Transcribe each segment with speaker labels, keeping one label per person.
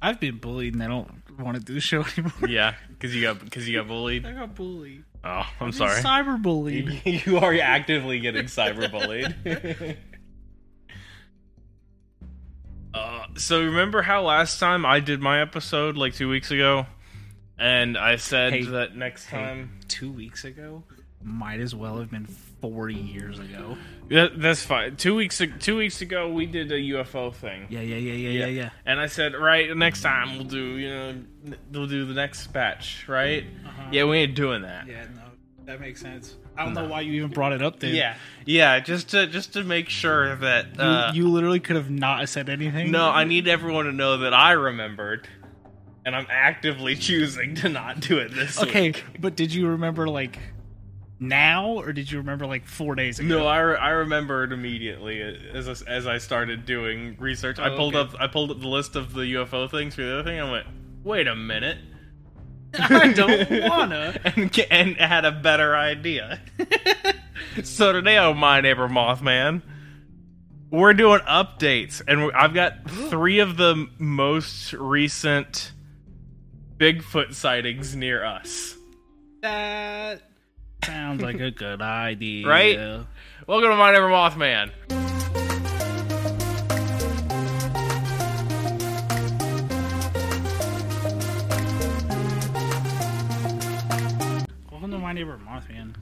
Speaker 1: I've been bullied and I don't want to do the show anymore.
Speaker 2: Yeah, because you got because you got bullied.
Speaker 1: I got bullied.
Speaker 2: Oh, I'm
Speaker 1: I've been
Speaker 2: sorry.
Speaker 1: Cyberbullied.
Speaker 2: you are actively getting cyberbullied. uh, so remember how last time I did my episode like two weeks ago, and I said
Speaker 1: Hey.
Speaker 2: that next
Speaker 1: Hey,
Speaker 2: time.
Speaker 1: two weeks ago might as well have been 40 years ago.
Speaker 2: That, that's fine. Two weeks ag- two weeks ago we did a UFO thing.
Speaker 1: Yeah, yeah, yeah, yeah, yeah, yeah.
Speaker 2: And I said, right, next time we'll do you know n- we'll do the next batch, right?
Speaker 1: Uh-huh.
Speaker 2: Yeah, we ain't doing that.
Speaker 1: Yeah, no, that makes sense. I don't know why you even brought it up, dude.
Speaker 2: Yeah, yeah, just to just to make sure that
Speaker 1: You,
Speaker 2: uh,
Speaker 1: you literally could have not said anything.
Speaker 2: No, I need everyone to know that I remembered, and I'm actively choosing to not do it this
Speaker 1: Okay,
Speaker 2: week.
Speaker 1: but did you remember like now, or did you remember like four days ago?
Speaker 2: No, I, re- I remembered immediately as I, as I started doing research. I
Speaker 1: Oh,
Speaker 2: pulled
Speaker 1: okay.
Speaker 2: up I pulled up the list of the UFO things for the other thing. I went, wait a minute,
Speaker 1: I don't wanna.
Speaker 2: and ca- and had a better idea. so today, oh my neighbor Mothman, we're doing updates, and we I've got three of the most recent Bigfoot sightings near us.
Speaker 1: That sounds like a good idea,
Speaker 2: Right? Welcome to my neighbor Mothman.
Speaker 1: Welcome to my neighbor Mothman.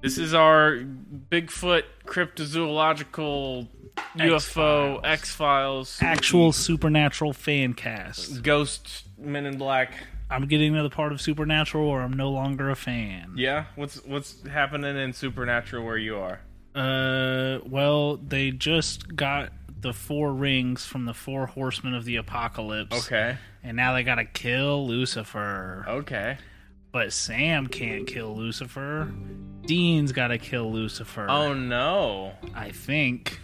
Speaker 2: This is our Bigfoot cryptozoological UFO
Speaker 1: X-Files.
Speaker 2: X Files
Speaker 1: Actual supernatural fan cast.
Speaker 2: ghost Men in Black.
Speaker 1: I'm getting to the part of supernatural where I'm no longer a fan.
Speaker 2: Yeah, what's what's happening in Supernatural where you are?
Speaker 1: Uh, well, they just got the four rings from the four horsemen of the apocalypse.
Speaker 2: Okay,
Speaker 1: And now they gotta kill Lucifer.
Speaker 2: okay.
Speaker 1: But Sam can't kill Lucifer. Dean's gotta kill Lucifer.
Speaker 2: Oh no.
Speaker 1: I think.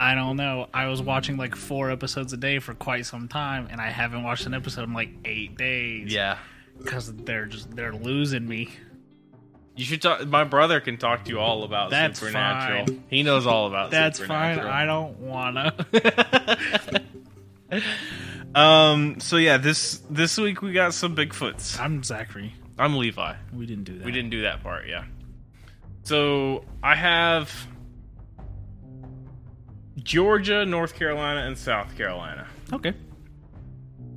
Speaker 1: I don't know. I was watching like four episodes a day for quite some time, and I haven't watched an episode in like eight days.
Speaker 2: Yeah.
Speaker 1: because they're just they're losing me.
Speaker 2: You should talk. My brother can talk to you all about
Speaker 1: That's
Speaker 2: supernatural.
Speaker 1: fine.
Speaker 2: He knows all about.
Speaker 1: That's fine.
Speaker 2: supernatural.
Speaker 1: I don't wanna.
Speaker 2: Um. So yeah, this this week we got some Bigfoots.
Speaker 1: I'm Zachary.
Speaker 2: I'm Levi.
Speaker 1: We didn't do that.
Speaker 2: We didn't do that part. Yeah. So I have Georgia, North Carolina, and South Carolina.
Speaker 1: Okay.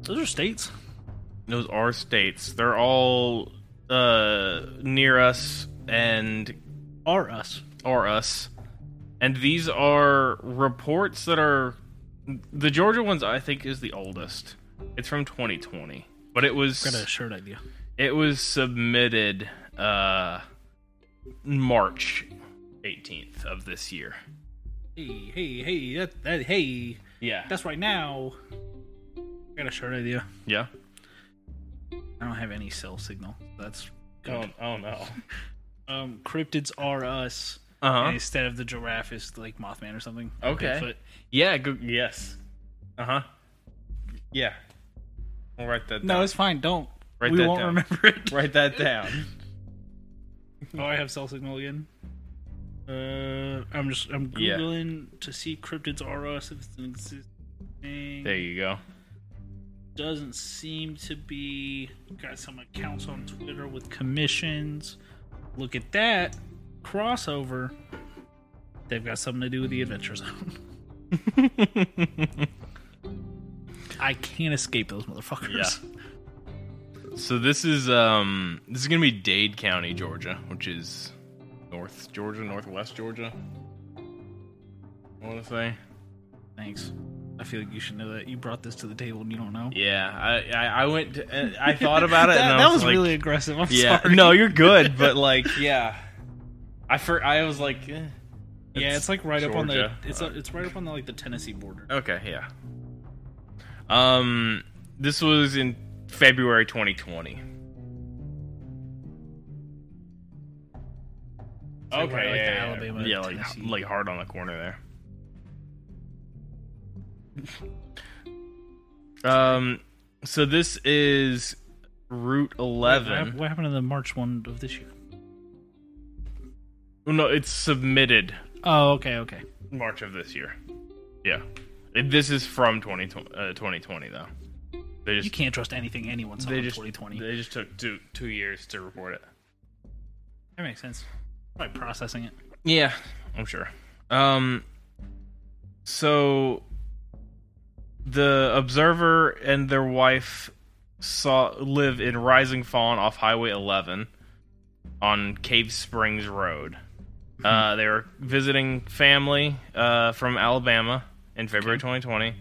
Speaker 1: Those are states.
Speaker 2: Those are states. They're all uh near us and
Speaker 1: Are us.
Speaker 2: or us. And these are reports that are the Georgia ones I think is the oldest. It's from 2020, but it was
Speaker 1: Got a shirt idea.
Speaker 2: it was submitted uh March 18th of this year.
Speaker 1: Hey, hey, hey, that, that hey.
Speaker 2: Yeah.
Speaker 1: That's right now. I got a shirt idea.
Speaker 2: yeah.
Speaker 1: I don't have any cell signal. That's
Speaker 2: Oh,
Speaker 1: good.
Speaker 2: oh no.
Speaker 1: Um, cryptids are us. And
Speaker 2: Uh-huh.
Speaker 1: instead of the giraffe is like Mothman or something.
Speaker 2: Okay.
Speaker 1: Bigfoot.
Speaker 2: Yeah, go- yes. Uh-huh. Yeah. We'll write that
Speaker 1: No,
Speaker 2: down.
Speaker 1: it's fine. Don't.
Speaker 2: Write
Speaker 1: we
Speaker 2: that
Speaker 1: won't
Speaker 2: down.
Speaker 1: remember it.
Speaker 2: Write that down.
Speaker 1: Oh, I have cell signal again. Uh, I'm just I'm
Speaker 2: Yeah.
Speaker 1: googling to see cryptids are us if it's an existing.
Speaker 2: there you go.
Speaker 1: doesn't seem to be got some accounts on Twitter with commissions. Look at that crossover. They've got something to do with the Adventure Zone. I can't escape those motherfuckers.
Speaker 2: So this is um this is gonna be Dade County, Georgia, which is North Georgia, Northwest Georgia. I want to say.
Speaker 1: Thanks. I feel like you should know that you brought this to the table and you don't know.
Speaker 2: Yeah, I I, I went. To, and I thought about it.
Speaker 1: that,
Speaker 2: and I
Speaker 1: that
Speaker 2: was,
Speaker 1: was
Speaker 2: like,
Speaker 1: really aggressive. I'm
Speaker 2: Yeah,
Speaker 1: sorry.
Speaker 2: no, you're good, but like, yeah, I for I was like, eh.
Speaker 1: yeah, it's like right up on the
Speaker 2: Georgia.
Speaker 1: it's uh, it's right up on the like the Tennessee border.
Speaker 2: okay, yeah. Um, this was in February 2020.
Speaker 1: It's like right, like, the
Speaker 2: yeah,
Speaker 1: Alabama,
Speaker 2: yeah, like
Speaker 1: Tennessee.
Speaker 2: like hard on the corner there. um, so this is Route
Speaker 1: What,
Speaker 2: 11.
Speaker 1: what happened to the March one of this year?
Speaker 2: No, it's submitted
Speaker 1: Oh, okay, okay.
Speaker 2: March of this year. Yeah, This is from 2020, uh, 2020 though. They
Speaker 1: You
Speaker 2: just
Speaker 1: can't trust anything anyone saw
Speaker 2: they
Speaker 1: in
Speaker 2: just
Speaker 1: 2020.
Speaker 2: they just took two two years to report it.
Speaker 1: that makes sense. Probably processing it.
Speaker 2: Yeah, I'm sure. Um, so the observer and their wife saw live in Rising Fawn off Highway 11 on Cave Springs Road. Uh, they were visiting family uh, from Alabama in February 2020,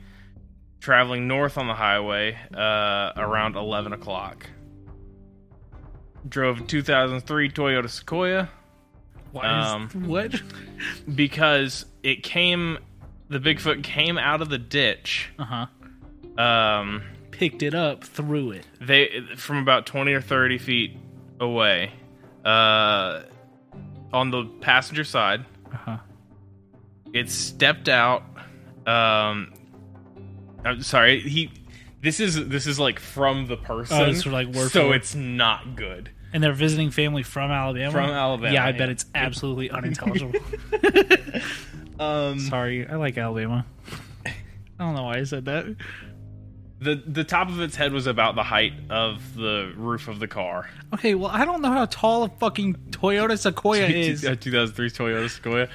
Speaker 2: traveling north on the highway uh, around 11 o'clock. Drove a 2003 Toyota Sequoia
Speaker 1: Why is,
Speaker 2: Um,
Speaker 1: what?
Speaker 2: because it came the bigfoot came out of the ditch
Speaker 1: Uh huh.
Speaker 2: um
Speaker 1: Picked it up, threw it.
Speaker 2: they from about 20 or 30 feet away uh on the passenger side
Speaker 1: Uh huh.
Speaker 2: it stepped out um i'm sorry he this is this is like from the person
Speaker 1: Oh, it's like word for
Speaker 2: so
Speaker 1: word.
Speaker 2: it's not good
Speaker 1: And they're visiting family from Alabama.
Speaker 2: From Alabama,
Speaker 1: Yeah, I
Speaker 2: yeah.
Speaker 1: bet it's absolutely unintelligible.
Speaker 2: um
Speaker 1: Sorry, I like Alabama. I don't know why I said that.
Speaker 2: the the top of its head was about the height of the roof of the car
Speaker 1: Okay, well, I don't know how tall a fucking Toyota Sequoia is.
Speaker 2: Uh, 2003 Toyota Sequoia.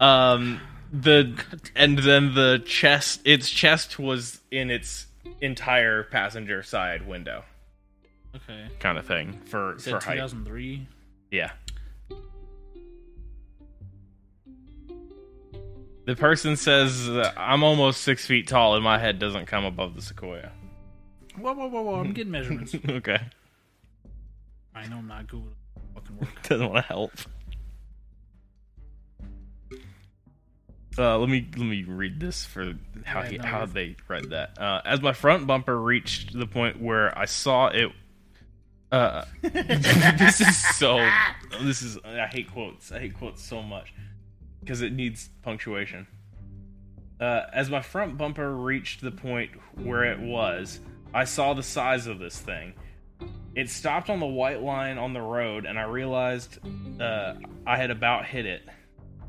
Speaker 2: Um, the and then the chest, its chest was in its entire passenger side window,
Speaker 1: Okay.
Speaker 2: kind of thing for for height.
Speaker 1: 2003.
Speaker 2: Yeah. The person says, uh, "I'm almost six feet tall, and my head doesn't come above the sequoia."
Speaker 1: Whoa, whoa, whoa, whoa!
Speaker 2: Mm-hmm.
Speaker 1: I'm getting measurements.
Speaker 2: okay,
Speaker 1: I know I'm not good with fucking work.
Speaker 2: doesn't want to help. Uh, let me let me read this for how
Speaker 1: Yeah,
Speaker 2: he,
Speaker 1: no
Speaker 2: how
Speaker 1: worries.
Speaker 2: they read that. Uh, as my front bumper reached the point where I saw it, uh, this is so. This is I hate quotes. I hate quotes so much because it needs punctuation. Uh, as my front bumper reached the point where it was, I saw the size of this thing. It stopped on the white line on the road, and I realized uh, I had about hit it.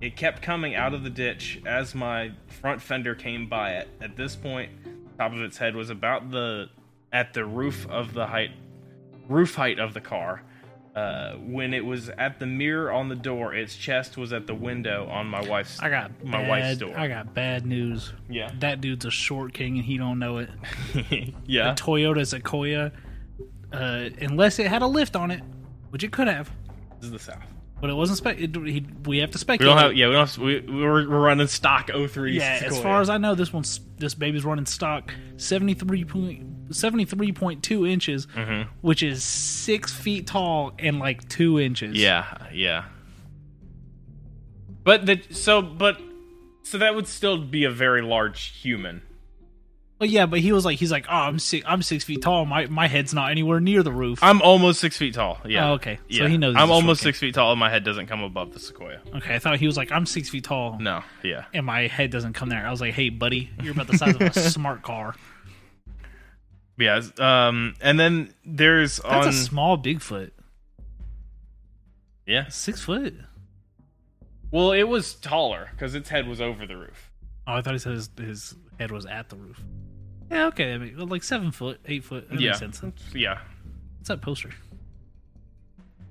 Speaker 2: It kept coming out of the ditch as my front fender came by it. At this point, top of its head was about the at the roof of the height roof height of the car. Uh, when it was at the mirror on the door, its chest was at the window on my wife's.
Speaker 1: I got
Speaker 2: My
Speaker 1: bad,
Speaker 2: wife's door.
Speaker 1: I got bad news.
Speaker 2: yeah,
Speaker 1: That dude's a short king and he don't know it.
Speaker 2: yeah.
Speaker 1: Toyota Sequoia, uh, unless it had a lift on it, which it could have,
Speaker 2: This is the south.
Speaker 1: but it wasn't. Spe- it, he, we have to
Speaker 2: We
Speaker 1: speculate.
Speaker 2: don't have. Yeah, we don't. Have, we we're, we're running stock 03
Speaker 1: yeah, as
Speaker 2: Sequoia.
Speaker 1: far as I know, this one's this baby's running stock 73 point, 73.2 inches,
Speaker 2: Mm-hmm.
Speaker 1: which is six feet tall and like two inches.
Speaker 2: Yeah, yeah. But the so but so that would still be a very large human.
Speaker 1: Well, yeah, but he was like, he's like, oh, I'm six, I'm six feet tall. My my head's not anywhere near the roof.
Speaker 2: I'm almost six feet tall. Yeah.
Speaker 1: Oh, okay. So
Speaker 2: Yeah.
Speaker 1: he knows he's
Speaker 2: I'm
Speaker 1: a
Speaker 2: almost
Speaker 1: short Oh.
Speaker 2: six feet tall, and my head doesn't come above the sequoia.
Speaker 1: okay, I thought he was like, I'm six feet tall,
Speaker 2: No. Yeah.
Speaker 1: and my head doesn't come there. I was like, hey, buddy, you're about the size of a smart car.
Speaker 2: Yeah. it's- Um. And then there's
Speaker 1: That's
Speaker 2: on.
Speaker 1: a small Bigfoot,
Speaker 2: yeah.
Speaker 1: six foot.
Speaker 2: Well, it was taller because its head was over the roof.
Speaker 1: Oh, I thought he said his, his head was at the roof. Yeah, okay, I mean, well, like seven foot, eight foot. That
Speaker 2: yeah.
Speaker 1: makes sense. What's
Speaker 2: Yeah.
Speaker 1: that poster?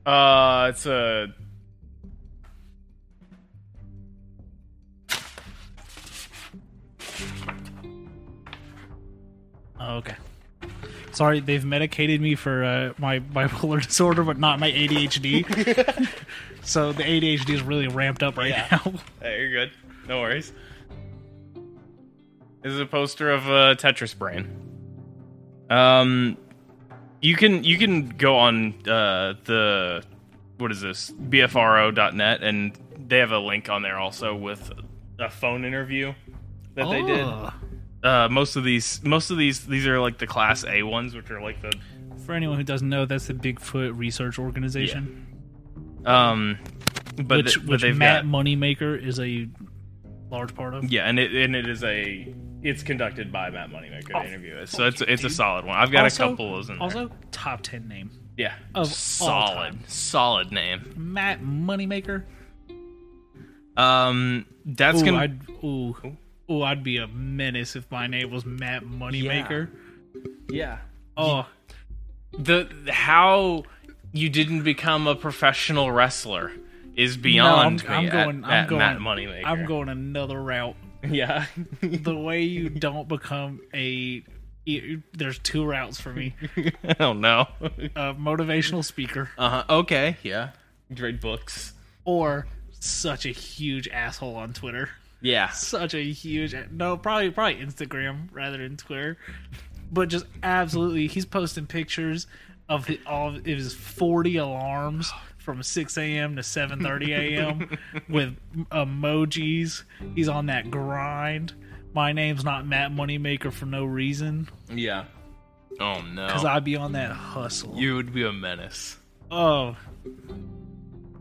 Speaker 2: Uh. It's a.
Speaker 1: Oh, okay. Sorry, they've medicated me for uh, my bipolar disorder, but not my ADHD. so the ADHD is really ramped up right
Speaker 2: Yeah.
Speaker 1: now.
Speaker 2: Hey, you're good. No worries. This is a poster of uh, Tetris Brain. Um, you can you can go on uh, the what is this bfro.net and they have a link on there also with a phone interview that they did.
Speaker 1: Oh.
Speaker 2: Uh, most of these most of these these are like the class A ones, which are like the
Speaker 1: For anyone who doesn't know, that's the Bigfoot Research Organization,
Speaker 2: um, but
Speaker 1: which,
Speaker 2: th- but
Speaker 1: which
Speaker 2: they've
Speaker 1: Matt
Speaker 2: got
Speaker 1: Moneymaker is a large part of.
Speaker 2: Yeah, and it and it is a it's conducted by Matt Moneymaker.
Speaker 1: Oh,
Speaker 2: to interview it, so it's it's a
Speaker 1: dude.
Speaker 2: solid one. I've got
Speaker 1: Also-
Speaker 2: a couple of those in there.
Speaker 1: Also, top ten name
Speaker 2: yeah,
Speaker 1: of all
Speaker 2: solid,
Speaker 1: time.
Speaker 2: solid name.
Speaker 1: Matt Moneymaker.
Speaker 2: Um, that's
Speaker 1: Ooh,
Speaker 2: gonna
Speaker 1: I'd, ooh, Oh, I'd be a menace if my name was Matt Moneymaker.
Speaker 2: Yeah.
Speaker 1: Oh,
Speaker 2: The how you didn't become a professional wrestler is beyond
Speaker 1: I'm- I'm
Speaker 2: me at-
Speaker 1: going- I'm
Speaker 2: at
Speaker 1: going-
Speaker 2: Matt Moneymaker.
Speaker 1: I'm going another route.
Speaker 2: Yeah.
Speaker 1: The way you don't become a you- there's two routes for me.
Speaker 2: I don't know.
Speaker 1: A motivational speaker
Speaker 2: Oh, Uh-huh. Okay. Yeah. Great books.
Speaker 1: or such a huge asshole on Twitter.
Speaker 2: Yeah.
Speaker 1: Such a huge no, probably probably Instagram rather than Twitter. But just absolutely he's posting pictures of hi- all of his 40 alarms from 6 a.m. to 7:30 a.m. with emojis. He's on that grind. My name's not Matt Moneymaker for no reason.
Speaker 2: Yeah. Oh no.
Speaker 1: because I'd be on that hustle.
Speaker 2: you would be a menace.
Speaker 1: oh,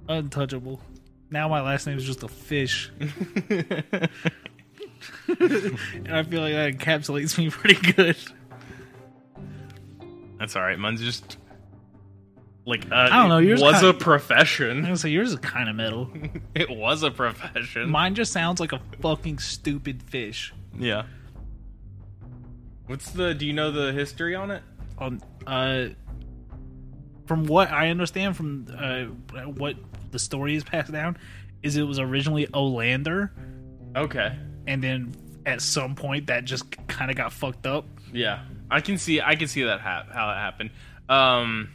Speaker 1: untouchable. Now my last name is just a fish, and I feel like that encapsulates me pretty good.
Speaker 2: That's all right. Mine's just like uh,
Speaker 1: don't know, yours
Speaker 2: was
Speaker 1: kinda-
Speaker 2: a profession.
Speaker 1: And so yours is kind of metal.
Speaker 2: It was a profession.
Speaker 1: Mine just sounds like a fucking stupid fish.
Speaker 2: yeah. What's the? Do you know the history on it?
Speaker 1: On uh, from what I understand from uh what the story is passed down, is it was originally Olander,
Speaker 2: Okay.
Speaker 1: and then at some point that just kind of got fucked up.
Speaker 2: Yeah, I can see. I can see that ha- how that happened. Um,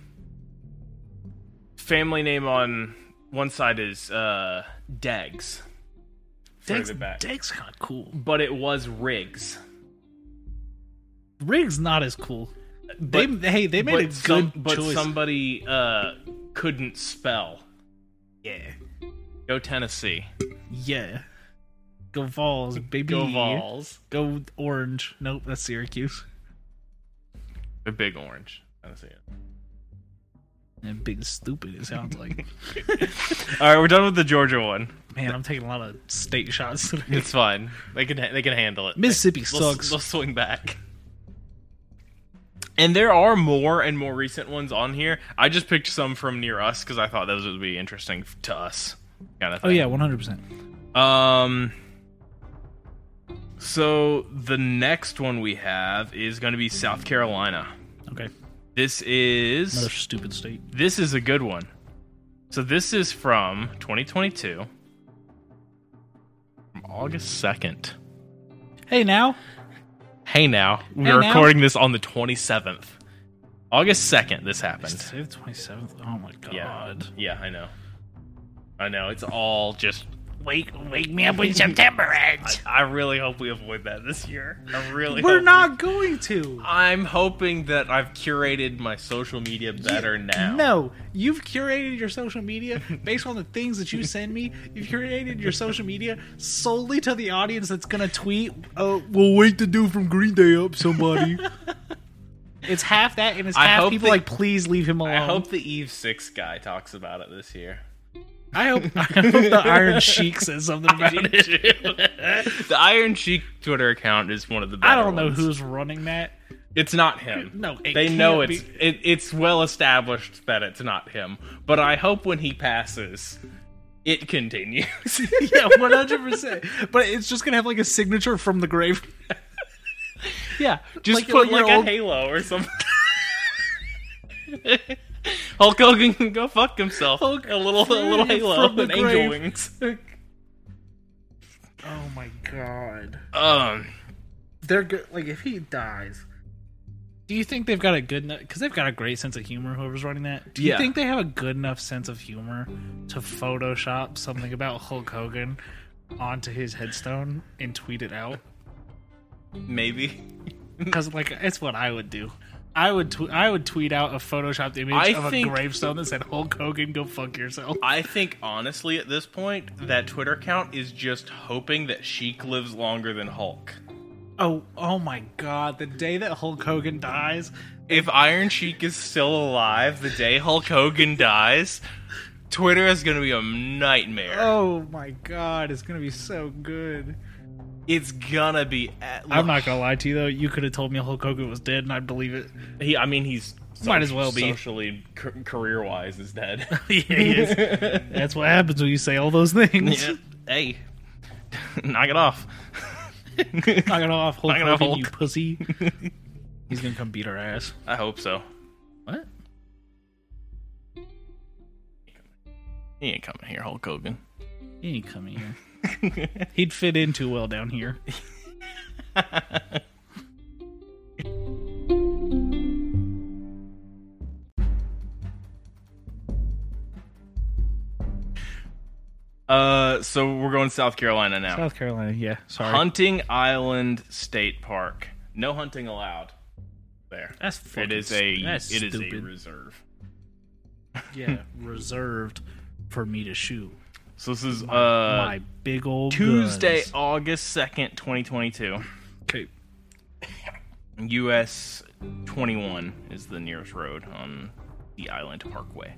Speaker 2: family name on one side is uh Deggs,
Speaker 1: Deck's,
Speaker 2: Further back.
Speaker 1: Deck's kind of cool.
Speaker 2: but it was Riggs.
Speaker 1: Rig's not as cool. They
Speaker 2: But-
Speaker 1: hey, they made a
Speaker 2: but
Speaker 1: good
Speaker 2: some- but
Speaker 1: choice.
Speaker 2: somebody uh couldn't spell.
Speaker 1: yeah,
Speaker 2: Go Tennessee.
Speaker 1: yeah. Go Vols, baby.
Speaker 2: Go Vols.
Speaker 1: Go Orange. Nope, that's Syracuse.
Speaker 2: They're big orange. Tennessee.
Speaker 1: And big stupid. It sounds like.
Speaker 2: All right, we're done with the Georgia one.
Speaker 1: Man, I'm taking a lot of state shots today.
Speaker 2: It's fine. They can they can handle it.
Speaker 1: Mississippi
Speaker 2: They'll-
Speaker 1: sucks.
Speaker 2: They'll swing back. And there are more and more recent ones on here. I just picked some from near us because I thought those would be interesting f- to us, kind of
Speaker 1: Oh
Speaker 2: thing.
Speaker 1: yeah, 100. percent
Speaker 2: Um. So the next one we have is going to be South Carolina.
Speaker 1: Okay,
Speaker 2: This is
Speaker 1: another stupid state.
Speaker 2: this is a good one. So this is from 2022, from August 2nd.
Speaker 1: Hey now,
Speaker 2: Hey now,
Speaker 1: Hey
Speaker 2: we're
Speaker 1: now.
Speaker 2: recording this on the 27th. August 2nd, this happened.
Speaker 1: Today the 27th. Oh my god.
Speaker 2: Yeah. Yeah, I know. I know. It's all just.
Speaker 1: Wake wake me up when September ends.
Speaker 2: I really hope we avoid that this year. I really
Speaker 1: We're
Speaker 2: hope
Speaker 1: not going to.
Speaker 2: we- I'm hoping that I've curated my social media better now.
Speaker 1: No, you've curated your social media based on the things that you send me. You've curated your social media solely to the audience that's gonna tweet. Oh, we'll wake the dude from Green Day up, somebody. it's half that, and it's
Speaker 2: I
Speaker 1: half
Speaker 2: hope
Speaker 1: people
Speaker 2: that-
Speaker 1: like, please leave him alone.
Speaker 2: I hope the Eve 6 guy talks about it this year.
Speaker 1: I hope, I hope the Iron Sheik says something about it.
Speaker 2: the Iron Sheik Twitter account is one of the best.
Speaker 1: I don't know who's running that.
Speaker 2: It's not him.
Speaker 1: No, it
Speaker 2: they
Speaker 1: can't
Speaker 2: know
Speaker 1: be.
Speaker 2: it's it, it's well established that it's not him. But I hope when he passes, it continues.
Speaker 1: yeah, one hundred percent. But it's just gonna have like a signature from the grave.
Speaker 2: yeah, just
Speaker 1: Like-
Speaker 2: put
Speaker 1: like
Speaker 2: like,
Speaker 1: your old-
Speaker 2: a halo or something. Hulk Hogan can go fuck himself.
Speaker 1: Hulk
Speaker 2: a little a little
Speaker 1: free
Speaker 2: halo
Speaker 1: from the
Speaker 2: and angel
Speaker 1: grave.
Speaker 2: wings.
Speaker 1: Oh my god.
Speaker 2: um,
Speaker 1: they're good. Like if he dies, do you think they've got a good enough? Because they've got a great sense of humor. Whoever's running that, do you
Speaker 2: Yeah.
Speaker 1: think they have a good enough sense of humor to Photoshop something about Hulk Hogan onto his headstone and tweet it out?
Speaker 2: maybe.
Speaker 1: Because like it's what I would do. I would tw- I would tweet out a photoshopped image
Speaker 2: I
Speaker 1: of
Speaker 2: think-
Speaker 1: a gravestone that said Hulk Hogan, go fuck yourself.
Speaker 2: I think honestly, at this point, that Twitter account is just hoping that Sheik lives longer than Hulk.
Speaker 1: Oh oh my god! The day that Hulk Hogan dies,
Speaker 2: If Iron Sheik is still alive the day Hulk Hogan dies, Twitter is going to be a nightmare.
Speaker 1: oh my god, it's gonna be so good.
Speaker 2: It's gonna be. uh, At,
Speaker 1: I'm not gonna lie to you though. You could have told me Hulk Hogan was dead, and I'd believe it.
Speaker 2: He, I mean, he's
Speaker 1: Might as well be.
Speaker 2: socially career wise is dead.
Speaker 1: yeah, he is. That's what happens when you say all those things.
Speaker 2: hey, knock it off.
Speaker 1: Knocking off Hulk
Speaker 2: Knock it off,
Speaker 1: Hogan, you
Speaker 2: Hulk.
Speaker 1: pussy. He's gonna come beat our ass.
Speaker 2: I hope so.
Speaker 1: What?
Speaker 2: He ain't coming here, Hulk Hogan.
Speaker 1: He ain't coming here. He'd fit in too well down here.
Speaker 2: Uh, so we're going South Carolina now.
Speaker 1: South Carolina, yeah. Sorry.
Speaker 2: Hunting Island State Park. No hunting allowed. There.
Speaker 1: That's
Speaker 2: It
Speaker 1: fucking
Speaker 2: is
Speaker 1: stu-
Speaker 2: a
Speaker 1: that's
Speaker 2: it is a
Speaker 1: stupid.
Speaker 2: reserve.
Speaker 1: yeah reserved for me to shoot.
Speaker 2: So this is uh
Speaker 1: My big old
Speaker 2: Tuesday,
Speaker 1: guns.
Speaker 2: August second, twenty twenty two.
Speaker 1: Okay.
Speaker 2: US twenty one is the nearest road on the Island Parkway.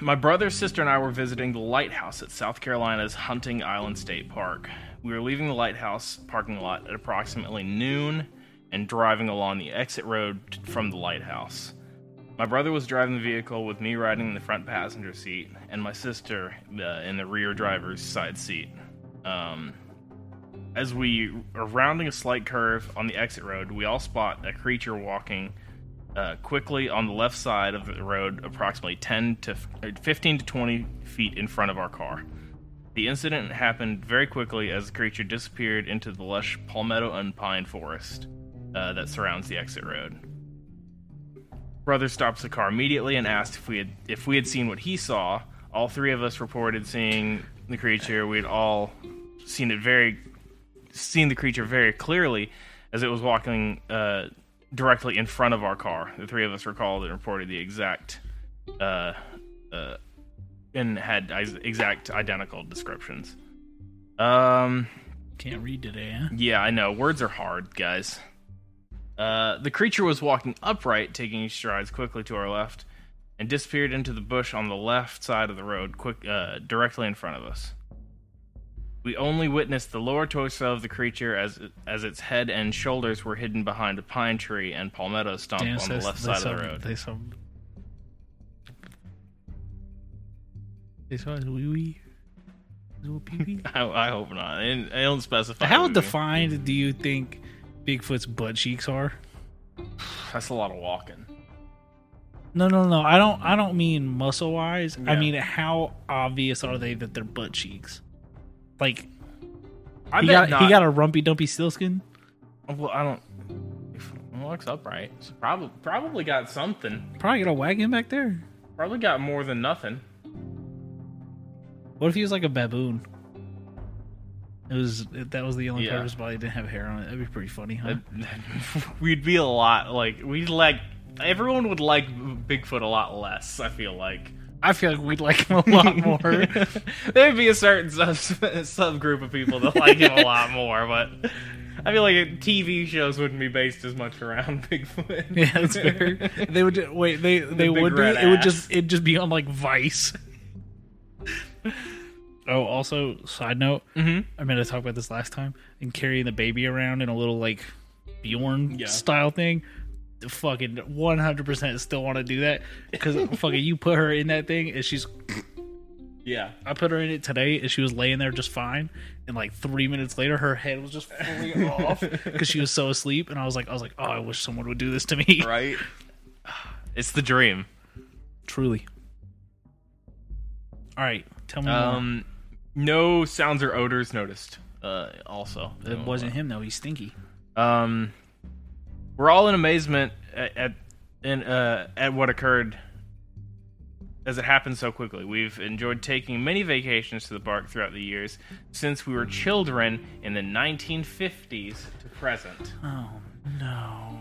Speaker 2: My brother, sister, and I were visiting the lighthouse at South Carolina's Hunting Island State Park. We were leaving the lighthouse parking lot at approximately noon and driving along the exit road t- from the lighthouse. My brother was driving the vehicle with me riding in the front passenger seat and my sister uh, in the rear driver's side seat. Um, as we are rounding a slight curve on the exit road, we all spot a creature walking uh, quickly on the left side of the road, approximately 10 to f- or 15 to 20 feet in front of our car. The incident happened very quickly as the creature disappeared into the lush palmetto and pine forest uh, that surrounds the exit road. Brother stops the car immediately and asks if we had if we had seen what he saw. All three of us reported seeing the creature. We'd all seen it very seen the creature very clearly as it was walking uh, directly in front of our car. The three of us recalled and reported the exact uh, uh, and had is- exact identical descriptions. Um,
Speaker 1: Can't read today, huh?
Speaker 2: yeah, I know. Words are hard, guys. Uh, the creature was walking upright, taking strides quickly to our left, and disappeared into the bush on the left side of the road, quick, uh, directly in front of us. We only witnessed the lower torso of the creature as as its head and shoulders were hidden behind a pine tree and palmetto stump
Speaker 1: Damn,
Speaker 2: on
Speaker 1: so
Speaker 2: the
Speaker 1: they
Speaker 2: left side of
Speaker 1: saw-
Speaker 2: the road.
Speaker 1: They saw. They saw his wee wee. His little pee pee.
Speaker 2: I, I hope not. It, it don't specify.
Speaker 1: How
Speaker 2: the
Speaker 1: defined do you think Bigfoot's butt cheeks are?
Speaker 2: That's a lot of walking.
Speaker 1: No, no, no. I don't. I don't mean muscle wise. I
Speaker 2: Yeah.
Speaker 1: mean how obvious are they that they're butt cheeks? Like
Speaker 2: I
Speaker 1: he
Speaker 2: bet
Speaker 1: got,
Speaker 2: not.
Speaker 1: he got a rumpy dumpy sealskin.
Speaker 2: Well, I don't. If it walks upright, it's probably probably got something.
Speaker 1: Probably got a wagon back there.
Speaker 2: Probably got more than nothing.
Speaker 1: What if he was like a baboon? It was that was the only
Speaker 2: Yeah.
Speaker 1: part of his body that didn't have hair on it. That'd be pretty funny, huh?
Speaker 2: We'd be a lot like we'd like everyone would like Bigfoot a lot less. I feel like
Speaker 1: I feel like we'd like him a lot more.
Speaker 2: There'd be a certain sub- subgroup of people that like him a lot more, but I feel like TV shows wouldn't be based as much around Bigfoot.
Speaker 1: yeah, that's fair. They would just, wait. They they
Speaker 2: big
Speaker 1: would do
Speaker 2: red
Speaker 1: it. It would
Speaker 2: ass.
Speaker 1: just it'd just be on like Vice. oh, also side note.
Speaker 2: Mhm.
Speaker 1: I meant to talk about this last time. And carrying the baby around in a little like Bjorn
Speaker 2: Yeah.
Speaker 1: style thing. Fucking 100% still want to do that because fucking you put her in that thing and she's
Speaker 2: Yeah.
Speaker 1: I put her in it today, and she was laying there just fine. And like three minutes later, her head was just fully off because she was so asleep. And I was like, I was like, oh, I wish someone would do this to me.
Speaker 2: Right. It's the dream.
Speaker 1: Truly. All right, tell me.
Speaker 2: Um, no sounds or odors noticed. Uh, also,
Speaker 1: more. It wasn't him though. He's stinky.
Speaker 2: Um, we're all in amazement at at, in, uh, at what occurred as it happened so quickly. We've enjoyed taking many vacations to the park throughout the years since we were children in the 1950s to present.
Speaker 1: Oh no.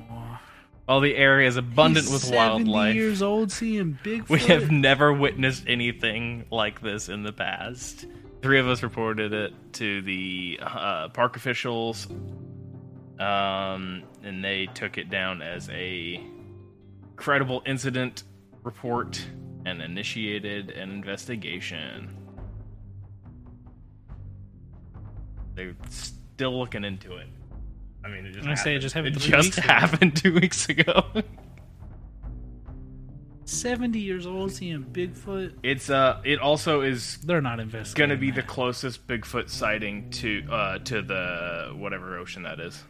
Speaker 2: While the area is abundant
Speaker 1: He's
Speaker 2: with
Speaker 1: 70
Speaker 2: wildlife,
Speaker 1: Years old, seeing Bigfoot.
Speaker 2: we have never witnessed anything like this in the past. Three of us reported it to the uh, park officials, um, and they took it down as a credible incident report and initiated an investigation. They're still looking into it. I mean, it just
Speaker 1: I
Speaker 2: happened.
Speaker 1: say it just happened
Speaker 2: It
Speaker 1: three
Speaker 2: just
Speaker 1: weeks ago.
Speaker 2: happened two weeks ago.
Speaker 1: 70 years old seeing Bigfoot.
Speaker 2: It's uh, it also is
Speaker 1: They're not
Speaker 2: going
Speaker 1: investigating.
Speaker 2: to be the
Speaker 1: that.
Speaker 2: closest Bigfoot sighting to uh to the whatever ocean that is,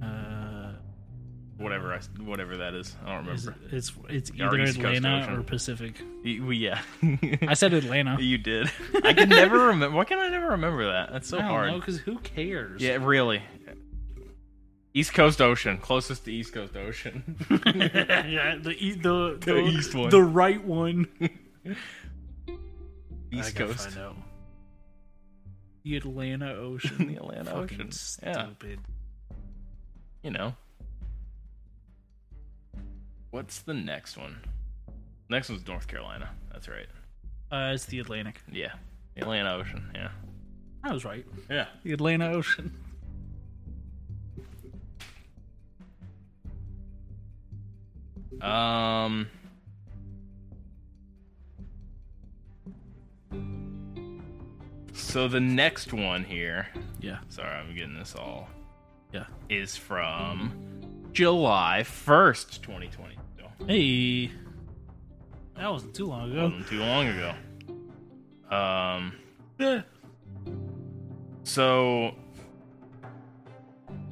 Speaker 1: Uh,
Speaker 2: whatever I, whatever that is. I don't
Speaker 1: is
Speaker 2: remember.
Speaker 1: it- it's it's
Speaker 2: Or
Speaker 1: either
Speaker 2: East Coast
Speaker 1: Atlanta
Speaker 2: Ocean.
Speaker 1: or Pacific.
Speaker 2: Y- well, yeah,
Speaker 1: I said Atlanta.
Speaker 2: you did. I can never remember. Why can I never remember that? That's so
Speaker 1: I don't
Speaker 2: hard.
Speaker 1: because who cares?
Speaker 2: Yeah, really. East Coast Ocean, closest to East Coast Ocean.
Speaker 1: yeah, the, e- the, the,
Speaker 2: east one.
Speaker 1: the right one.
Speaker 2: East
Speaker 1: I gotta
Speaker 2: Coast,
Speaker 1: find out. The Atlanta Ocean.
Speaker 2: the Atlanta
Speaker 1: Fucking
Speaker 2: Ocean. Yeah,
Speaker 1: Stupid.
Speaker 2: you know. What's the next one? Next one's North Carolina. That's right.
Speaker 1: Uh, it's the Atlantic.
Speaker 2: Yeah, the Atlanta Ocean. Yeah.
Speaker 1: I was right.
Speaker 2: Yeah.
Speaker 1: The Atlanta Ocean.
Speaker 2: Um. So the next one here,
Speaker 1: Yeah.
Speaker 2: sorry, I'm getting this all,
Speaker 1: Yeah.
Speaker 2: is from July 1st, 2020. So,
Speaker 1: Hey. That wasn't too long ago.
Speaker 2: Wasn't too long ago. Um.
Speaker 1: Yeah.
Speaker 2: So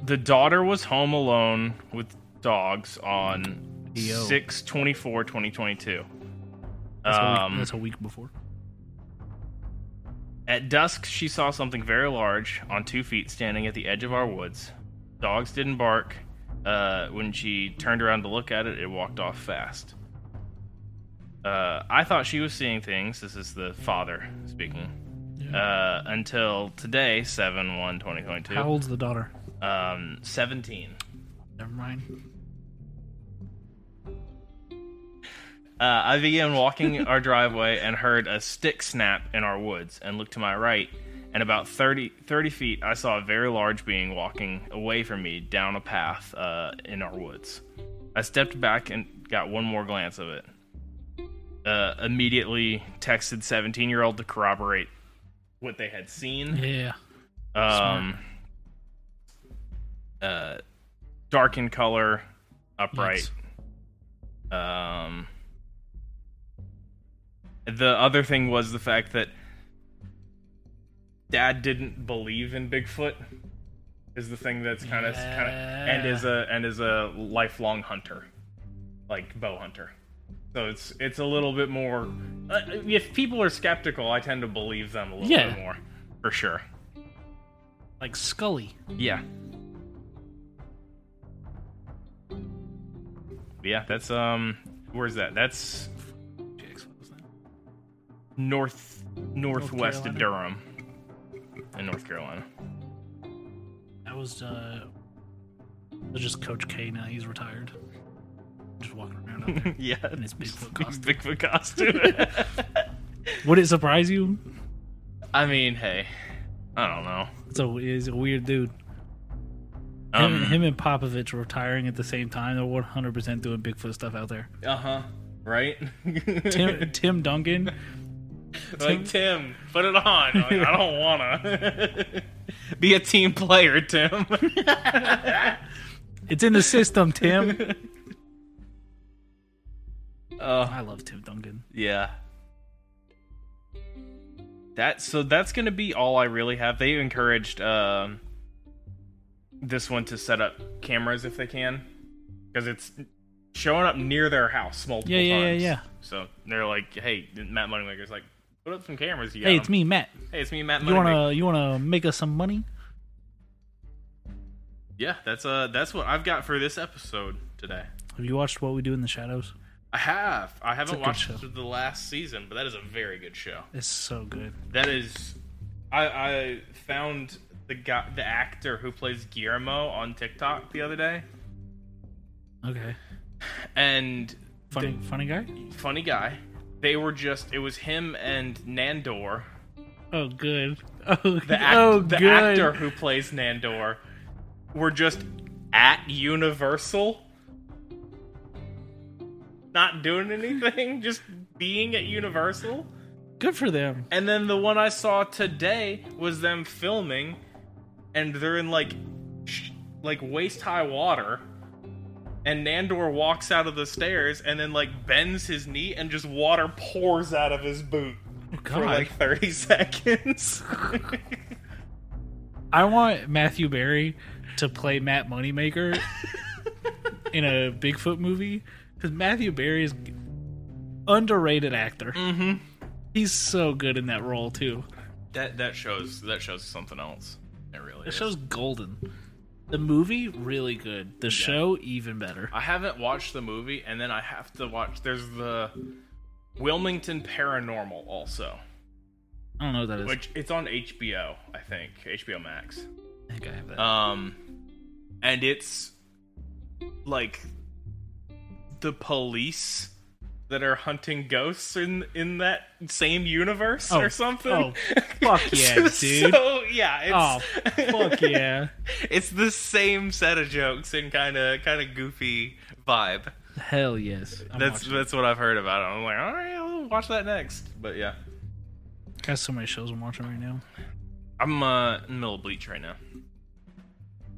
Speaker 2: the daughter was home alone with dogs on
Speaker 1: Yo.
Speaker 2: 6 24 2022.
Speaker 1: That's, a
Speaker 2: Um,
Speaker 1: week, that's a week before.
Speaker 2: At dusk, she saw something very large on two feet standing at the edge of our woods. Dogs didn't bark. Uh, when she turned around to look at it, it walked off fast. Uh, I thought she was seeing things. This is the father speaking. Uh, until today, 7 1 2022.
Speaker 1: How old's the daughter?
Speaker 2: Um, 17.
Speaker 1: Never mind.
Speaker 2: Uh, I began walking our driveway and heard a stick snap in our woods and looked to my right. And about 30, 30 feet, I saw a very large being walking away from me down a path uh, in our woods. I stepped back and got one more glance of it. Uh, immediately texted 17 year old to corroborate what they had seen.
Speaker 1: Yeah.
Speaker 2: Um, uh, dark in color, upright. Um, the other thing was the fact that Dad didn't believe in Bigfoot. Is the thing that's kind of kind of and is a and is a lifelong hunter, like bow hunter. So it's it's a little bit more. Uh, if people are skeptical, I tend to believe them a little
Speaker 1: Yeah.
Speaker 2: bit more, for sure.
Speaker 1: Like Scully.
Speaker 2: Yeah. Yeah, that's um where's that? That's north northwest of Durham. In North Carolina.
Speaker 1: That was uh, that was just Coach K. Now he's retired. Just walking around out there
Speaker 2: yeah.
Speaker 1: in his Bigfoot
Speaker 2: It's
Speaker 1: costume.
Speaker 2: Bigfoot costume.
Speaker 1: Would it surprise you?
Speaker 2: I mean, hey. I don't know.
Speaker 1: It's a he's a weird dude. Him,
Speaker 2: Um,
Speaker 1: him and Popovich retiring at the same time. They're one hundred percent doing Bigfoot stuff out there.
Speaker 2: uh-huh. Right?
Speaker 1: Tim, Tim Duncan.
Speaker 2: like Tim, put it on. Like, I don't wanna. Be a team player, Tim.
Speaker 1: It's in the system, Tim.
Speaker 2: Oh,
Speaker 1: I love Tim Duncan.
Speaker 2: Yeah. That so that's gonna be all I really have. They encouraged um, this one to set up cameras if they can, because it's showing up near their house multiple
Speaker 1: Yeah, yeah, yeah,
Speaker 2: times.
Speaker 1: yeah.
Speaker 2: So they're like, "Hey, Matt Moneymaker's like, put up some cameras." You got
Speaker 1: Hey, it's
Speaker 2: 'em."
Speaker 1: me, Matt.
Speaker 2: Hey, it's me, Matt
Speaker 1: You
Speaker 2: Moneymaker.
Speaker 1: wanna you wanna make us some money?
Speaker 2: Yeah, that's uh, that's what I've got for this episode today.
Speaker 1: Have you watched What We Do in the Shadows?
Speaker 2: I have. I
Speaker 1: a
Speaker 2: haven't
Speaker 1: good show.
Speaker 2: watched the last season, but that is a very good show.
Speaker 1: It's so good.
Speaker 2: That is, I, I found the guy, the actor who plays Guillermo on TikTok the other day,
Speaker 1: Okay.
Speaker 2: and
Speaker 1: Funny funny guy?
Speaker 2: funny guy. They were just it was him and Nandor,
Speaker 1: Oh good. Oh,
Speaker 2: the, act,
Speaker 1: oh
Speaker 2: the
Speaker 1: good.
Speaker 2: actor who plays Nandor, were just at Universal, not doing anything, just being at Universal.
Speaker 1: Good for them.
Speaker 2: And then the one I saw today was them filming, and they're in like, sh- like waist high water, and Nandor walks out of the stairs and then like bends his knee and just water pours out of his boot for
Speaker 1: God.
Speaker 2: like 30 seconds.
Speaker 1: I want Matthew Barry to play Matt Moneymaker in a Bigfoot movie because Matthew Barry is underrated actor.
Speaker 2: Mhm.
Speaker 1: He's so good in that role too.
Speaker 2: that that shows that shows something else. It really
Speaker 1: The
Speaker 2: is.
Speaker 1: show's golden. The movie really good. The show even better.
Speaker 2: I haven't watched the movie and then I have to watch there's the Wilmington Paranormal also,
Speaker 1: I don't know what that is.
Speaker 2: which it's on HBO, I think, HBO Max.
Speaker 1: I think I have that.
Speaker 2: Um, and it's like the police that are hunting ghosts in in that same universe
Speaker 1: Oh,
Speaker 2: or something.
Speaker 1: oh, fuck yeah, dude.
Speaker 2: So yeah,
Speaker 1: oh
Speaker 2: it's
Speaker 1: fuck yeah!
Speaker 2: it's the same set of jokes and kind of kind of goofy vibe.
Speaker 1: Hell yes. I'm
Speaker 2: that's
Speaker 1: watching.
Speaker 2: that's what I've heard about it. I'm like, all right, I'll watch that next. But yeah,
Speaker 1: Got so many shows I'm watching right now.
Speaker 2: I'm uh, in the middle of Bleach right now.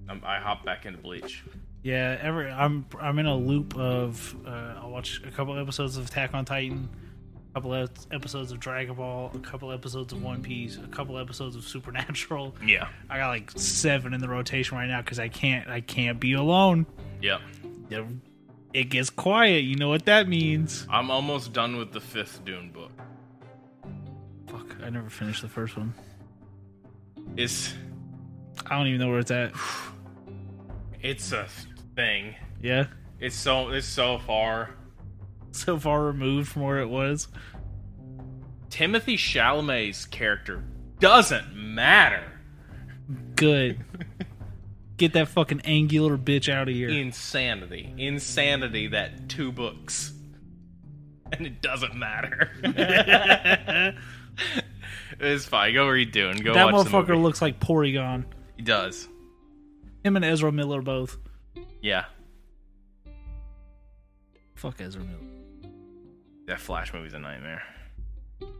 Speaker 2: I'm, I hop back into Bleach.
Speaker 1: Yeah, every I'm I'm in a loop of uh, I'll watch a couple episodes of Attack on Titan, a couple of episodes of Dragon Ball, a couple episodes of One Piece, a couple episodes of Supernatural.
Speaker 2: Yeah,
Speaker 1: I got like seven in the rotation right now because I can't I can't be alone.
Speaker 2: yeah.
Speaker 1: It- It gets quiet. You know what that means.
Speaker 2: I'm almost done with the fifth Dune book.
Speaker 1: Fuck, I never finished the first one.
Speaker 2: It's
Speaker 1: I don't even know where it's at.
Speaker 2: it's a thing.
Speaker 1: Yeah,
Speaker 2: It's so it's so far.
Speaker 1: so far removed from where it was.
Speaker 2: Timothy Chalamet's character doesn't matter.
Speaker 1: Good. Get that fucking angular bitch out of here.
Speaker 2: Insanity, insanity. That two books, and it doesn't matter. it's fine. Go read Dune. Go
Speaker 1: that
Speaker 2: watch the
Speaker 1: motherfucker
Speaker 2: movie.
Speaker 1: looks like Porygon.
Speaker 2: He does.
Speaker 1: Him and Ezra Miller both.
Speaker 2: Yeah.
Speaker 1: Fuck Ezra Miller.
Speaker 2: That Flash movie's a nightmare.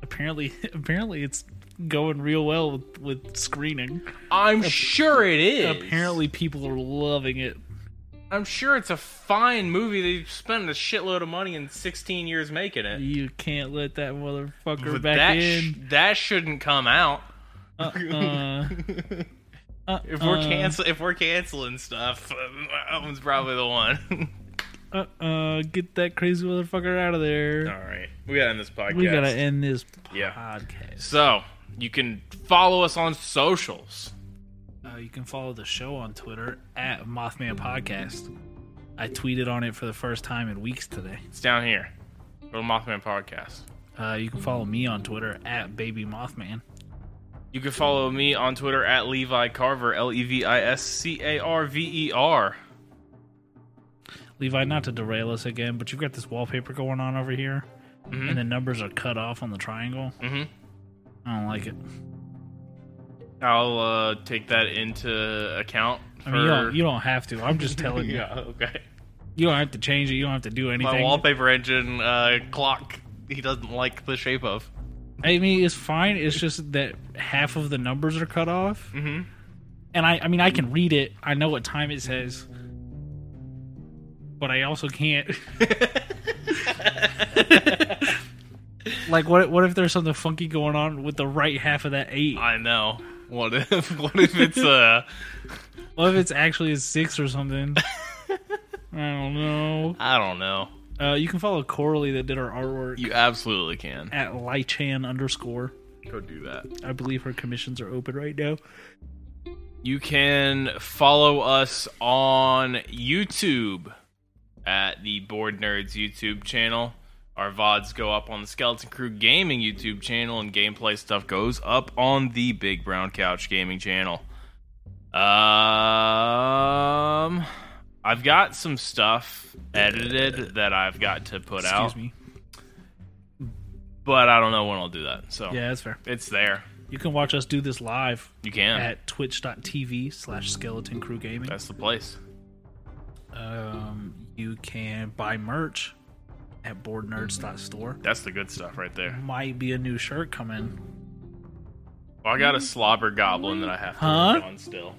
Speaker 1: Apparently, apparently it's going real well with, with screening.
Speaker 2: I'm sure it is.
Speaker 1: Apparently, people are loving it.
Speaker 2: I'm sure it's a fine movie. They spent a shitload of money in 16 years making it.
Speaker 1: You can't let that motherfucker
Speaker 2: But
Speaker 1: back
Speaker 2: that sh-
Speaker 1: in.
Speaker 2: that shouldn't come out.
Speaker 1: Uh, uh,
Speaker 2: If we're
Speaker 1: uh,
Speaker 2: cancel if we're canceling stuff, um, that one's probably the one.
Speaker 1: uh, uh, get that crazy motherfucker out of there.
Speaker 2: All right, we gotta end this podcast.
Speaker 1: we gotta end this
Speaker 2: Yeah.
Speaker 1: podcast.
Speaker 2: So you can follow us on socials.
Speaker 1: Uh, you can follow the show on Twitter at Mothman Podcast. I tweeted on it for the first time in weeks today.
Speaker 2: It's down here. Go to Mothman Podcast.
Speaker 1: Uh, you can follow me on Twitter at Baby Mothman.
Speaker 2: You can follow me on Twitter at Levi Carver. L E V I S C A R V E R.
Speaker 1: Levi, not to derail us again, but you've got this wallpaper going on over here,
Speaker 2: Mm-hmm.
Speaker 1: and the numbers are cut off on the triangle.
Speaker 2: Mhm.
Speaker 1: I don't like it.
Speaker 2: I'll uh, take that into account. For...
Speaker 1: I mean, you don't, you don't have to. I'm just telling you.
Speaker 2: yeah, okay.
Speaker 1: You don't have to change it. You don't have to do
Speaker 2: My
Speaker 1: anything.
Speaker 2: wallpaper engine uh, clock. He doesn't like the shape of.
Speaker 1: I mean, it's fine. It's just that half of the numbers are cut off,
Speaker 2: Mm-hmm.
Speaker 1: and I, I mean, I can read it. I know what time it says, but I also can't. Like, what? What if there's something funky going on with the right half of that eight?
Speaker 2: I know. What if? What if it's uh?
Speaker 1: What if it's actually a six or something? I don't know.
Speaker 2: I don't know.
Speaker 1: Uh, you can follow Coralie that did our artwork
Speaker 2: You absolutely can.
Speaker 1: at Lychan underscore.
Speaker 2: Go do that.
Speaker 1: I believe her commissions are open right now.
Speaker 2: You can follow us on YouTube at the Board Nerds YouTube channel. Our VODs go up on the Skeleton Crew Gaming YouTube channel, and gameplay stuff goes up on the Big Brown Couch Gaming channel. Um, I've got some stuff edited that I've got to put
Speaker 1: Excuse
Speaker 2: out,
Speaker 1: me.
Speaker 2: but I don't know when I'll do that. So
Speaker 1: Yeah, that's fair.
Speaker 2: it's there.
Speaker 1: You can watch us do this live
Speaker 2: You can.
Speaker 1: at twitch.tv slash skeleton crew gaming.
Speaker 2: That's the place.
Speaker 1: Um, you can buy merch at boardnerds.store.
Speaker 2: That's the good stuff right there.
Speaker 1: Might be a new shirt coming.
Speaker 2: Well, I got a slobber goblin that I have to
Speaker 1: Huh?
Speaker 2: work on still.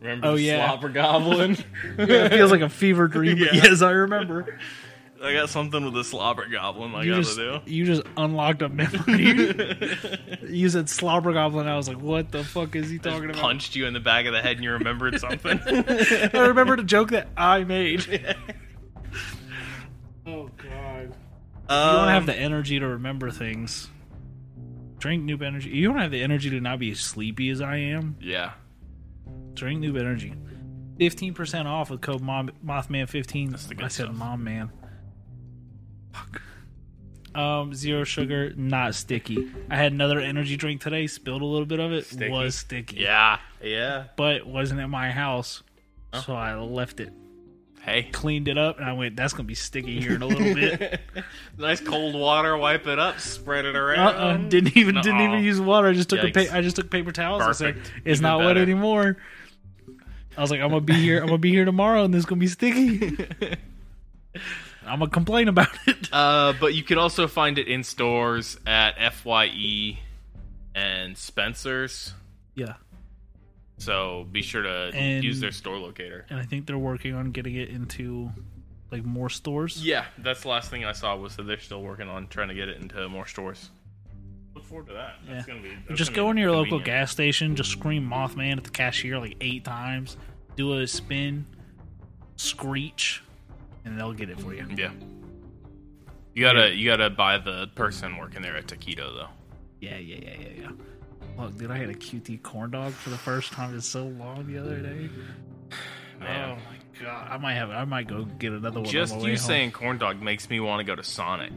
Speaker 3: Remember
Speaker 1: Oh,
Speaker 3: the
Speaker 1: yeah.
Speaker 3: Slobber Goblin?
Speaker 1: it feels like a fever dream. but
Speaker 2: Yeah.
Speaker 1: Yes, I remember.
Speaker 2: I got something with the slobber goblin I
Speaker 1: You
Speaker 2: gotta
Speaker 1: just,
Speaker 2: do.
Speaker 1: you just unlocked a memory. you said slobber goblin. I was like, what the fuck is he talking
Speaker 2: Just
Speaker 1: about?
Speaker 2: punched you in the back of the head and you remembered something.
Speaker 1: I remembered a joke that I made. Oh god. You don't
Speaker 2: Um,
Speaker 1: have the energy to remember things. Drink noob energy. You don't have the energy to not be as sleepy as I am.
Speaker 2: Yeah.
Speaker 1: Drink noob energy. 15% off with code Mom, Mothman15. That's
Speaker 2: the good
Speaker 1: I said
Speaker 2: stuff.
Speaker 1: Mom Man. Fuck. Um, zero sugar, not sticky. I had another energy drink today, spilled a little bit of it.
Speaker 3: Sticky?
Speaker 1: Was sticky.
Speaker 2: Yeah. Yeah.
Speaker 1: But it wasn't at my house.
Speaker 2: Oh.
Speaker 1: So I left it,
Speaker 2: Hey.
Speaker 1: cleaned it up, and I went, that's gonna be sticky here in a little bit.
Speaker 2: nice cold water, wipe it up, spread it around.
Speaker 1: Uh-uh. Didn't even didn't
Speaker 2: Nuh-uh.
Speaker 1: even use water. I just took a
Speaker 2: Yikes.
Speaker 1: pa- I just took paper towels and said
Speaker 2: Perfect.
Speaker 1: it's
Speaker 2: Even
Speaker 1: not wet
Speaker 2: better.
Speaker 1: anymore. I was like, I'm gonna be here. I'm gonna be here tomorrow, and this is gonna be sticky. I'm gonna complain about it.
Speaker 2: Uh, but you can also find it in stores at Fye and Spencer's.
Speaker 1: Yeah,
Speaker 2: So be sure to
Speaker 1: And-
Speaker 2: use their store locator.
Speaker 1: and I think they're working on getting it into like more stores.
Speaker 2: Yeah, that's the last thing I saw was that they're still working on trying to get it into more stores. Look forward to that. That's
Speaker 1: Yeah.
Speaker 2: gonna be
Speaker 1: just go into your local gas station, just scream Mothman at the cashier like eight times, do a spin, screech, and they'll get it for you.
Speaker 2: Yeah. You gotta you gotta buy the person working there at Taquito though.
Speaker 1: Yeah, yeah, yeah, yeah, yeah. Look, dude, I had a QT corn dog for the first time in so long the other day.
Speaker 2: Man.
Speaker 1: Oh my god, I might have. I might go get another one. on
Speaker 2: Just
Speaker 1: my
Speaker 2: you
Speaker 1: way home.
Speaker 2: saying corn dog makes me want to go to Sonic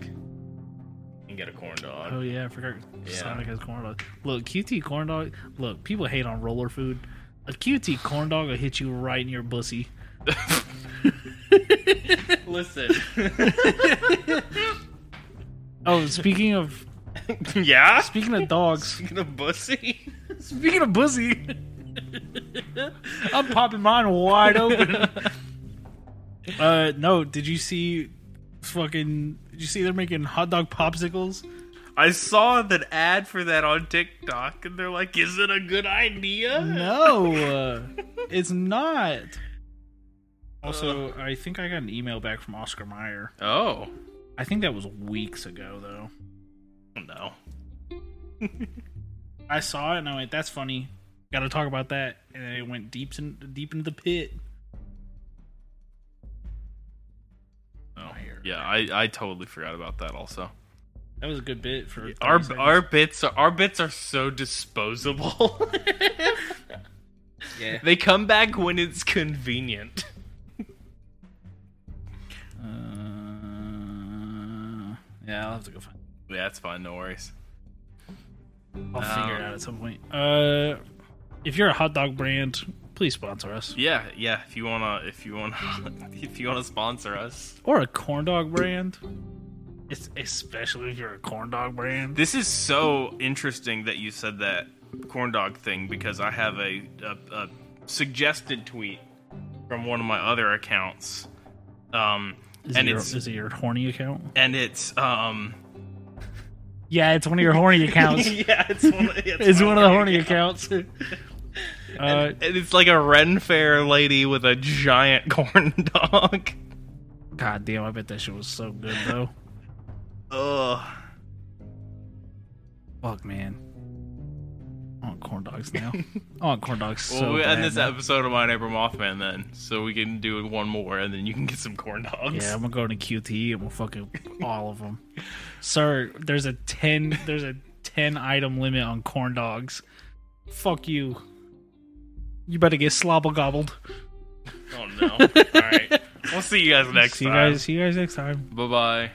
Speaker 2: and get a corn dog.
Speaker 1: Oh yeah, I forgot.
Speaker 2: Yeah.
Speaker 1: Sonic has corn dog. Look, QT corn dog. Look, people hate on roller food. A QT corn dog will hit you right in your bussy. Uh,
Speaker 3: Listen.
Speaker 1: Oh, speaking of
Speaker 2: yeah?
Speaker 1: speaking of dogs,
Speaker 2: Speaking of bussy.
Speaker 1: speaking of bussy, I'm popping mine wide open. Uh, no, did you see? Fucking, did you see they're making hot dog popsicles?
Speaker 2: I saw an ad for that on TikTok and they're like, is it a good idea?
Speaker 1: No, uh, it's not. Also, I think I got an email back from Oscar Meyer.
Speaker 2: Oh.
Speaker 1: I think that was weeks ago, though.
Speaker 2: No.
Speaker 1: I saw it and I went, "That's funny." Got to talk about that, and then it went deep in, deep into the pit.
Speaker 2: Oh. Yeah, I, I totally forgot about that also.
Speaker 1: That was a good bit for
Speaker 2: Our
Speaker 1: 30 seconds.
Speaker 2: our bits are our bits are so disposable.
Speaker 3: yeah.
Speaker 2: they come back when it's convenient.
Speaker 1: Uh, yeah, I'll have to go find.
Speaker 2: Yeah, that's fine, no worries.
Speaker 1: I'll figure it
Speaker 2: Um,
Speaker 1: out at some point. Uh, if you're a hot dog brand, please sponsor us.
Speaker 2: Yeah, yeah. If you wanna, if you wanna, if you wanna sponsor us,
Speaker 1: Or a corn dog brand. It's especially if you're a corn dog brand.
Speaker 2: this is so interesting that you said that corn dog thing because I have a, a, a suggested tweet from one of my other accounts, um,
Speaker 1: Is,
Speaker 2: and
Speaker 1: it your,
Speaker 2: it's
Speaker 1: is it your horny account?
Speaker 2: and it's um,
Speaker 1: Yeah, it's one of your horny accounts.
Speaker 2: yeah, it's one, of-
Speaker 1: it's
Speaker 2: my
Speaker 1: one of the
Speaker 2: other
Speaker 1: horny
Speaker 2: account.
Speaker 1: accounts. Uh,
Speaker 2: And it's like a Ren Fair lady with a giant corn dog.
Speaker 1: God damn, I bet that shit was so good though.
Speaker 2: Ugh.
Speaker 1: Fuck, man. I want corn dogs now. I want corn dogs so
Speaker 2: well, we
Speaker 1: bad
Speaker 2: end this
Speaker 1: now.
Speaker 2: episode of My Neighbor Mothman then, so we can do one more, and then you can get some corn dogs.
Speaker 1: Yeah, I'm gonna go into QT and we'll fucking all of them. Sir, there's a ten. There's a ten item limit on corn dogs. Fuck you. You better get slobble gobbled.
Speaker 2: Oh no! All right, we'll see you guys next
Speaker 1: see you
Speaker 2: time.
Speaker 1: guys. See you guys next time.
Speaker 2: Bye bye.